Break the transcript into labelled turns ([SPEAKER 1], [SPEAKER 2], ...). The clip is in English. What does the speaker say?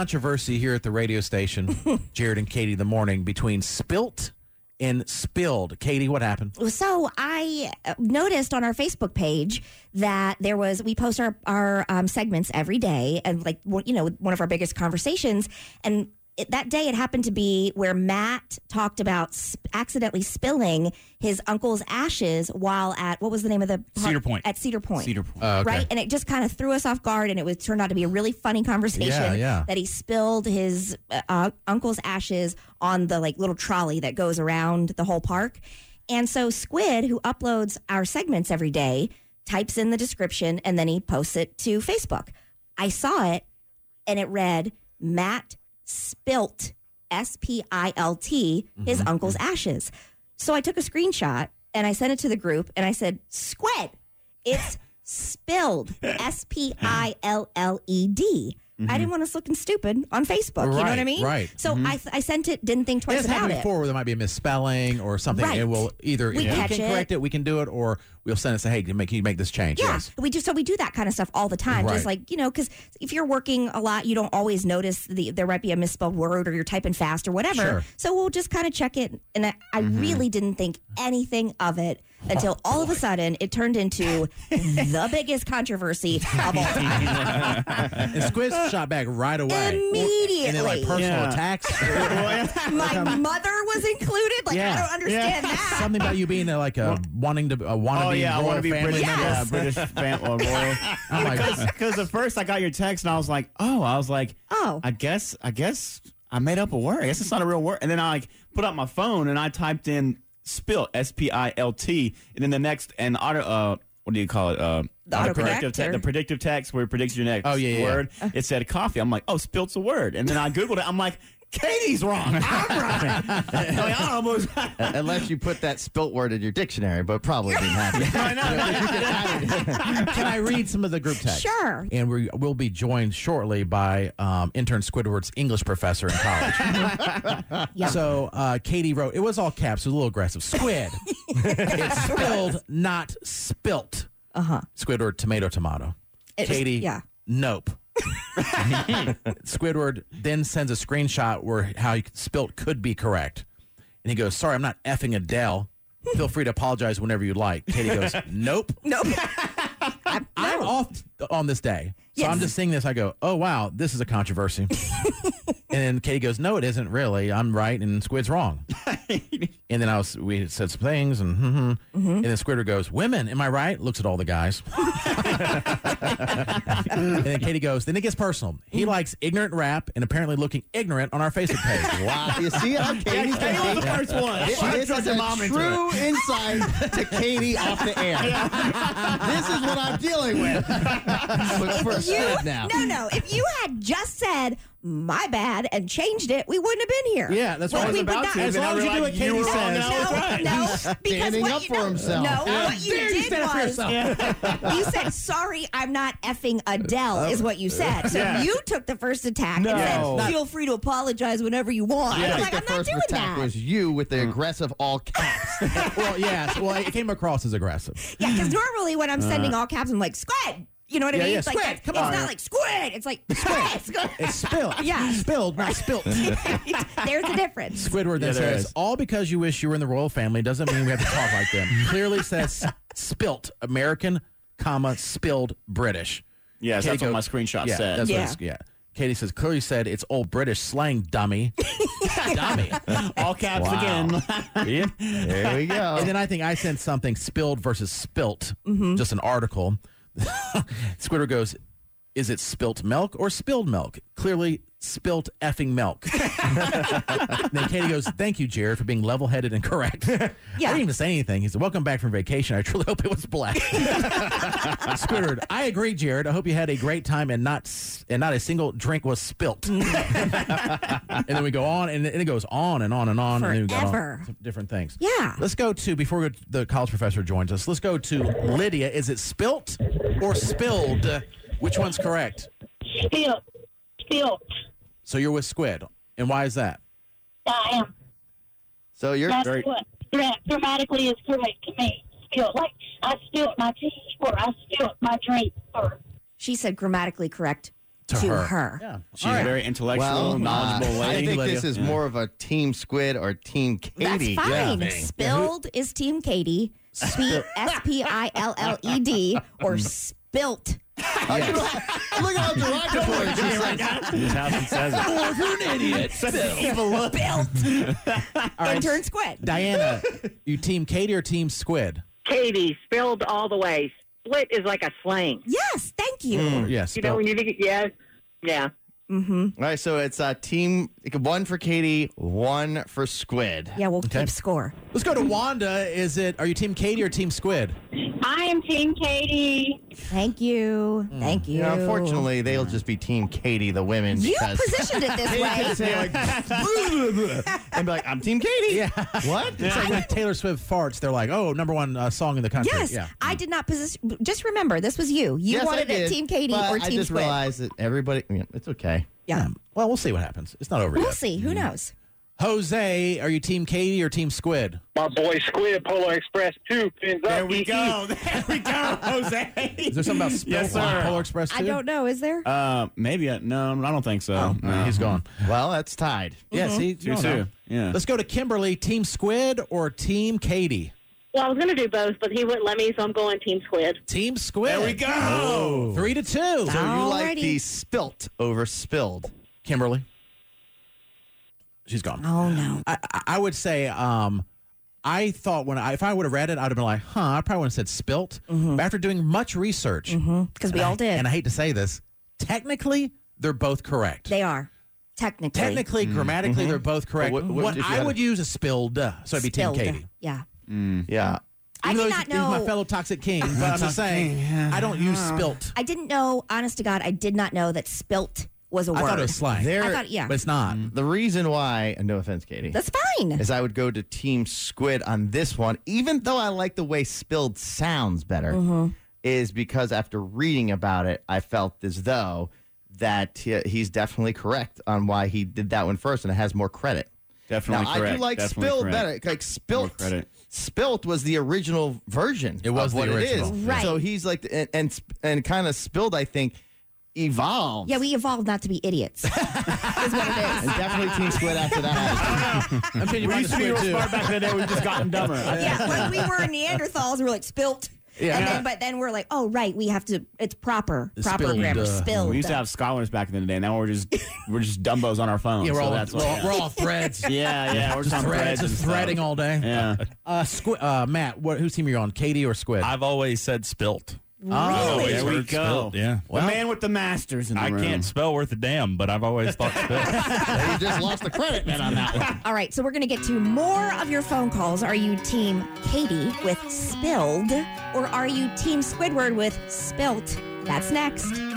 [SPEAKER 1] controversy here at the radio station, Jared and Katie, in the morning between spilt and spilled. Katie, what happened?
[SPEAKER 2] So I uh, noticed on our Facebook page that there was we post our our um, segments every day, and like one- you know one of our biggest conversations, and it, that day it happened to be where Matt talked about sp- accidentally spilling his uncle's ashes while at what was the name of the
[SPEAKER 3] Cedar Point.
[SPEAKER 2] at Cedar Point.
[SPEAKER 3] Cedar Point.
[SPEAKER 1] Uh, okay.
[SPEAKER 2] Right, and it just kind of threw us off guard, and it was turned out to be a really funny conversation.
[SPEAKER 1] Yeah, yeah.
[SPEAKER 2] That he spilled his uh, uh, uncle's ashes on the like little trolley that goes around the whole park, and so Squid, who uploads our segments every day, types in the description and then he posts it to Facebook. I saw it, and it read Matt spilt S P I L T
[SPEAKER 1] Mm-hmm,
[SPEAKER 2] his uncle's ashes. So I took a screenshot and I sent it to the group and I said, Squid, it's spilled S P I L L E D. I didn't want us looking stupid on Facebook. you know what I
[SPEAKER 1] Mm-hmm. Right,
[SPEAKER 2] mean?
[SPEAKER 1] right. Mm-hmm.
[SPEAKER 2] So I, th- I sent it, didn't think twice
[SPEAKER 1] It's
[SPEAKER 2] about
[SPEAKER 1] happened
[SPEAKER 2] it.
[SPEAKER 1] before where there might be a misspelling or something.
[SPEAKER 2] Right.
[SPEAKER 1] It will either
[SPEAKER 2] We
[SPEAKER 1] if
[SPEAKER 2] catch
[SPEAKER 1] we can
[SPEAKER 2] it.
[SPEAKER 1] correct it, we can do it, or we'll send us a hey, can you make, can you make this change?
[SPEAKER 2] Yeah,
[SPEAKER 1] Yes.
[SPEAKER 2] we do. So we do that kind of stuff all the time. Just
[SPEAKER 1] Right.
[SPEAKER 2] like you know, because if you're working a lot, you don't always notice the there might be a misspelled word or you're typing fast or whatever.
[SPEAKER 1] Sure. Mm-hmm.
[SPEAKER 2] So we'll just kind of check it. And I, I really didn't think anything of it until
[SPEAKER 1] Oh,
[SPEAKER 2] all of a sudden it turned into the biggest controversy of all time.
[SPEAKER 1] And Squid shot back right away.
[SPEAKER 2] Immediately.
[SPEAKER 1] And then like personal
[SPEAKER 3] Yeah.
[SPEAKER 1] attacks.
[SPEAKER 2] My mother was included. Like
[SPEAKER 1] Yeah.
[SPEAKER 2] I don't understand that.
[SPEAKER 1] Something about you being a, like a wanting to a wannabe
[SPEAKER 4] Oh yeah, I
[SPEAKER 1] royal
[SPEAKER 4] want to be
[SPEAKER 1] family
[SPEAKER 4] British.
[SPEAKER 1] member. Oh
[SPEAKER 4] Yeah, British fam- uh, royal.
[SPEAKER 1] I'm like,
[SPEAKER 4] Because at first I got your text and I was like, oh, I was like,
[SPEAKER 2] Oh.
[SPEAKER 4] I guess, I guess I made up a word. I guess it's not a real word. And then I like put up my phone and I typed in spilt, S P I L T, and then the next and auto. Uh, what do you call it? Uh,
[SPEAKER 2] The autocorrector.
[SPEAKER 4] predictive te- the predictive text where it predicts your next
[SPEAKER 1] Oh, yeah, yeah.
[SPEAKER 4] word.
[SPEAKER 2] Uh.
[SPEAKER 4] It said coffee. I'm like, oh, spilt's a word. And then I googled it. I'm like, Katie's wrong. I'm right. I, mean, I almost.
[SPEAKER 5] Unless you put that spilt word in your dictionary, but probably didn't happen.
[SPEAKER 4] I know.
[SPEAKER 1] Can I read some of the group text?
[SPEAKER 2] Sure.
[SPEAKER 1] And we will be joined shortly by um, intern Squidward's English professor in college.
[SPEAKER 2] Yeah.
[SPEAKER 1] So uh, Katie wrote, it was all caps, it was a little aggressive. Squid. it's spilled, not spilt. Uh huh. Squidward, tomato, tomato.
[SPEAKER 2] Uh-huh. It was-
[SPEAKER 1] Katie,
[SPEAKER 2] yeah.
[SPEAKER 1] nope. Squidward then sends a screenshot where how he spilt could be correct. And he goes, sorry, I'm not effing Adele. Feel free to apologize whenever you like. Katie goes, nope.
[SPEAKER 2] Nope.
[SPEAKER 1] I'm off on this day. So
[SPEAKER 2] Yes.
[SPEAKER 1] I'm just seeing this. I go, oh, wow, this is a controversy. and then Katie goes, no, it isn't really. I'm right and Squid's wrong. and then I was, we said some things and, hmm
[SPEAKER 4] Mm-hmm.
[SPEAKER 1] and then Squidward goes, women, am I right? Looks at all the guys. and then Katie goes, then it gets personal. He
[SPEAKER 4] Mm-hmm.
[SPEAKER 1] likes ignorant rap and apparently looking ignorant on our Facebook page.
[SPEAKER 5] wow. You see how Katie's
[SPEAKER 4] Katie was the first one.
[SPEAKER 5] This
[SPEAKER 4] I
[SPEAKER 5] this
[SPEAKER 4] dragged
[SPEAKER 5] is
[SPEAKER 4] her
[SPEAKER 5] a
[SPEAKER 4] mom into it.
[SPEAKER 5] true insight to Katie off the air. This is what I'm dealing with. But for a
[SPEAKER 2] you,
[SPEAKER 5] squid now.
[SPEAKER 2] No, no. If you had just said my bad and changed it, we wouldn't have been here.
[SPEAKER 1] Yeah, that's what I was
[SPEAKER 2] we would
[SPEAKER 4] about
[SPEAKER 2] not-
[SPEAKER 4] to, As but I long as you do realized what you Katie were wrong and says. I was
[SPEAKER 2] No,
[SPEAKER 4] right.
[SPEAKER 2] no, because
[SPEAKER 5] standing
[SPEAKER 2] what
[SPEAKER 5] up
[SPEAKER 2] you-
[SPEAKER 5] for
[SPEAKER 2] no,
[SPEAKER 5] himself.
[SPEAKER 2] No,
[SPEAKER 5] Yeah.
[SPEAKER 2] what you
[SPEAKER 1] Dare you
[SPEAKER 2] did
[SPEAKER 1] stand up for
[SPEAKER 2] was
[SPEAKER 1] yourself.
[SPEAKER 2] you said, "Sorry, I'm not effing Adele," is what you said. So
[SPEAKER 4] Yeah.
[SPEAKER 2] you took the first attack
[SPEAKER 4] No.
[SPEAKER 2] and
[SPEAKER 4] Yeah.
[SPEAKER 2] said, "Feel free to apologize whenever you want."
[SPEAKER 5] I
[SPEAKER 2] And I'm
[SPEAKER 5] think
[SPEAKER 2] like, I'm
[SPEAKER 5] the
[SPEAKER 2] not
[SPEAKER 5] first
[SPEAKER 2] doing
[SPEAKER 5] attack
[SPEAKER 2] that.
[SPEAKER 5] was you with
[SPEAKER 4] Mm.
[SPEAKER 5] the aggressive all caps.
[SPEAKER 1] well, yes. Well, it came across as aggressive.
[SPEAKER 2] yeah, because normally when I'm sending all caps, I'm like, "Squid." You know what I
[SPEAKER 1] Uh-huh. Yeah,
[SPEAKER 2] mean?
[SPEAKER 1] yeah,
[SPEAKER 2] It's like,
[SPEAKER 1] squid, come
[SPEAKER 2] it's
[SPEAKER 1] on.
[SPEAKER 2] not like squid. It's like squid. squid.
[SPEAKER 1] It's spilled.
[SPEAKER 2] Yeah.
[SPEAKER 1] Spilled, not spilt.
[SPEAKER 2] There's a difference.
[SPEAKER 1] Squidward then
[SPEAKER 4] Yeah, there
[SPEAKER 1] says,
[SPEAKER 4] is.
[SPEAKER 1] "All because you wish you were in the royal family doesn't mean we have to talk like them." Clearly says spilt American, comma spilled British.
[SPEAKER 4] Yes,
[SPEAKER 1] Katie
[SPEAKER 4] that's what my
[SPEAKER 1] goes-
[SPEAKER 4] screenshot
[SPEAKER 1] yeah,
[SPEAKER 4] said.
[SPEAKER 1] That's
[SPEAKER 2] Yeah.
[SPEAKER 1] What it's, yeah. Katie says, "Clearly said it's old British slang, dummy, dummy."
[SPEAKER 4] All caps
[SPEAKER 1] Wow.
[SPEAKER 4] again.
[SPEAKER 5] There we go.
[SPEAKER 1] And then I think I sent something spilled versus spilt, just an article. Squidward goes, "Is it spilt milk or spilled milk?" Clearly, spilt effing milk. then Katie goes, "Thank you, Jared, for being level-headed and correct." I didn't even say anything. He said, "Welcome back from vacation. I truly hope it was black." Squidward, I agree, Jared. I hope you had a great time and not s- and not a single drink was spilt. and then we go on, and it goes on and on and on, and then we got on
[SPEAKER 2] Forever.
[SPEAKER 1] to different things.
[SPEAKER 2] Yeah.
[SPEAKER 1] Let's go to before we go to- the college professor joins us. Let's go to Lydia. Is it spilt or spilled? Which one's correct?
[SPEAKER 6] Spilt. Spilt.
[SPEAKER 1] So you're with Squid, and why is that?
[SPEAKER 6] I am.
[SPEAKER 5] So you're
[SPEAKER 6] That's
[SPEAKER 5] very
[SPEAKER 6] what gra- grammatically is correct to me. Spilt. Like, I spilt my tea or I spilt my drink or
[SPEAKER 2] She said grammatically correct to, her.
[SPEAKER 1] Yeah.
[SPEAKER 4] She's a very intellectual,
[SPEAKER 5] Well,
[SPEAKER 4] knowledgeable
[SPEAKER 5] uh, I
[SPEAKER 4] lady.
[SPEAKER 5] think
[SPEAKER 1] Lydia.
[SPEAKER 5] this is
[SPEAKER 4] Yeah.
[SPEAKER 5] more of a Team Squid or Team Katie.
[SPEAKER 2] That's fine.
[SPEAKER 5] thing.
[SPEAKER 2] Spilled is Team Katie. Sweet S P I L L E D or
[SPEAKER 1] Hmm.
[SPEAKER 2] spilt.
[SPEAKER 5] Look at how derogatory she says.
[SPEAKER 3] His house says it.
[SPEAKER 2] Intern squid.
[SPEAKER 1] Diana, you team Katie or team Squid?
[SPEAKER 7] Katie spilled all the way. Split is like a slang.
[SPEAKER 2] Yes, thank you.
[SPEAKER 1] Yes.
[SPEAKER 4] Oh.
[SPEAKER 7] You know when you think, yeah, yeah.
[SPEAKER 5] All right, so it's uh, Team one for Katie, one for Squid.
[SPEAKER 2] Yeah, we'll
[SPEAKER 1] Okay.
[SPEAKER 2] keep score.
[SPEAKER 1] Let's go to Wanda. Is it are you team Katie or team Squid?
[SPEAKER 6] I am Team Katie.
[SPEAKER 2] Thank you.
[SPEAKER 1] Hmm.
[SPEAKER 2] Thank you.
[SPEAKER 5] You know, unfortunately, they'll just be Team Katie, the women.
[SPEAKER 2] you
[SPEAKER 5] because
[SPEAKER 2] positioned it this
[SPEAKER 5] they
[SPEAKER 2] way.
[SPEAKER 5] could say like, and be like, I'm Team Katie. Yeah. What?
[SPEAKER 1] It's like when Taylor Swift farts, they're like, "Oh, number one uh, song in the country."
[SPEAKER 2] Yes,
[SPEAKER 1] Yeah.
[SPEAKER 2] I did not position. Just remember, this was you. You
[SPEAKER 5] Yes, I
[SPEAKER 2] wanted it
[SPEAKER 5] did,
[SPEAKER 2] Team Katie
[SPEAKER 5] but
[SPEAKER 2] or
[SPEAKER 5] I
[SPEAKER 2] Team
[SPEAKER 5] just
[SPEAKER 2] Squid.
[SPEAKER 5] realized that everybody. yeah, it's okay.
[SPEAKER 2] yeah.
[SPEAKER 1] Well, we'll see what happens. It's not over
[SPEAKER 2] We'll
[SPEAKER 1] yet.
[SPEAKER 2] see. Who knows?
[SPEAKER 1] Jose, are you team Katie or team Squid?
[SPEAKER 8] My boy Squid, Polar Express 2, pins
[SPEAKER 4] there
[SPEAKER 8] up.
[SPEAKER 4] we go. There we go,
[SPEAKER 1] Is
[SPEAKER 4] Jose.
[SPEAKER 1] there something about spilt
[SPEAKER 4] Yes,
[SPEAKER 1] on
[SPEAKER 4] sir.
[SPEAKER 1] Polar Express? Too? Oh,
[SPEAKER 2] I don't know. Is there?
[SPEAKER 4] Uh, maybe uh, no, I don't think so. No.
[SPEAKER 1] He's gone.
[SPEAKER 5] Well, that's tied.
[SPEAKER 1] Yeah,
[SPEAKER 2] Mm-hmm.
[SPEAKER 1] see,
[SPEAKER 4] Two,
[SPEAKER 1] no, no.
[SPEAKER 4] two. Yeah.
[SPEAKER 1] Let's go to Kimberly. Team Squid or Team Katie?
[SPEAKER 6] Well, I was going to do both, but he wouldn't let me, so I'm going Team Squid.
[SPEAKER 1] Team Squid.
[SPEAKER 4] There we go.
[SPEAKER 1] Three to two.
[SPEAKER 5] So you like
[SPEAKER 2] Alrighty.
[SPEAKER 5] the spilt over spilled.
[SPEAKER 1] Kimberly, she's gone.
[SPEAKER 2] oh no.
[SPEAKER 1] I, I- I would say um, I thought when I, if I would have read it, I'd have been like, huh, I probably would have said spilt. But after doing much research,
[SPEAKER 2] Because Mm-hmm. we all did.
[SPEAKER 1] and I hate to say this, technically they're both correct.
[SPEAKER 2] they are technically.
[SPEAKER 1] technically, grammatically, they're both correct.
[SPEAKER 5] Mm-hmm. But what-
[SPEAKER 1] what
[SPEAKER 5] what if you
[SPEAKER 1] I
[SPEAKER 5] had a-
[SPEAKER 1] would use is spilled, uh, so it'd be
[SPEAKER 2] Spilled.
[SPEAKER 1] Team Katie.
[SPEAKER 2] Yeah.
[SPEAKER 5] Yeah.
[SPEAKER 2] I
[SPEAKER 1] Even
[SPEAKER 2] did
[SPEAKER 1] though
[SPEAKER 2] not
[SPEAKER 1] he's-
[SPEAKER 2] know.
[SPEAKER 1] He's my fellow toxic king, but I'm just saying, I don't use spilt.
[SPEAKER 2] I didn't know. Honest to God, I did not know that spilt was a
[SPEAKER 1] I
[SPEAKER 2] word.
[SPEAKER 1] thought it was slang.
[SPEAKER 5] There, Mm-hmm.
[SPEAKER 2] I thought- yeah.
[SPEAKER 1] But it's not.
[SPEAKER 5] the reason why, and no offense, Katie,
[SPEAKER 2] That's fine.
[SPEAKER 5] is I would go to Team Squid on this one, even though I like the way spilled sounds better,
[SPEAKER 2] Mm-hmm.
[SPEAKER 5] is because after reading about it, I felt as though that he- he's definitely correct on why he did that one first, and it has more credit.
[SPEAKER 4] Definitely
[SPEAKER 5] now,
[SPEAKER 4] correct.
[SPEAKER 5] I do like
[SPEAKER 4] Definitely
[SPEAKER 5] spilled
[SPEAKER 4] correct.
[SPEAKER 5] better. Like spilt,
[SPEAKER 4] More credit.
[SPEAKER 5] spilt was the original version.
[SPEAKER 1] It was
[SPEAKER 5] of
[SPEAKER 1] the
[SPEAKER 5] what
[SPEAKER 1] original,
[SPEAKER 5] it is.
[SPEAKER 2] yeah. Right.
[SPEAKER 5] So he's like, and and, sp- and kind of spilled. I think evolved.
[SPEAKER 2] yeah, we evolved not to be idiots. is what it
[SPEAKER 5] and
[SPEAKER 2] is.
[SPEAKER 5] definitely team squid after that.
[SPEAKER 1] I'm changing
[SPEAKER 4] We
[SPEAKER 1] mine to
[SPEAKER 4] used to be
[SPEAKER 1] squid
[SPEAKER 4] real
[SPEAKER 1] too.
[SPEAKER 4] smart back in the day. We've just gotten dumber.
[SPEAKER 2] Yeah, like we were Neanderthals. We were like spilt. And then, but then we're like, oh right, we have to. It's proper, proper
[SPEAKER 1] Spilled,
[SPEAKER 2] grammar.
[SPEAKER 1] uh,
[SPEAKER 2] spilled.
[SPEAKER 4] We used to have scholars back in the day. Now we're just we're just dumbos on our phones.
[SPEAKER 1] Yeah, we're
[SPEAKER 4] so
[SPEAKER 1] all,
[SPEAKER 4] that's
[SPEAKER 1] we're, all,
[SPEAKER 4] what-
[SPEAKER 1] we're all threads.
[SPEAKER 4] yeah, yeah. We're just on
[SPEAKER 1] threads,
[SPEAKER 4] threads and
[SPEAKER 1] just
[SPEAKER 4] stuff.
[SPEAKER 1] threading all day.
[SPEAKER 4] Yeah.
[SPEAKER 1] Uh, squi- uh, Matt, what, whose team are you on? Katie or Squid?
[SPEAKER 3] I've always said spilt.
[SPEAKER 1] Oh,
[SPEAKER 2] really?
[SPEAKER 3] yeah.
[SPEAKER 4] There we
[SPEAKER 3] Words
[SPEAKER 4] go.
[SPEAKER 3] spelled, yeah.
[SPEAKER 4] The man with the masters in the
[SPEAKER 3] I
[SPEAKER 4] room.
[SPEAKER 3] can't spell worth a damn, but I've always thought spilt.
[SPEAKER 5] you just lost the credit man on that one.
[SPEAKER 2] All right, so we're going to get to more of your phone calls. Are you Team Katie with spilled, or are you Team Squidward with spilt? That's next.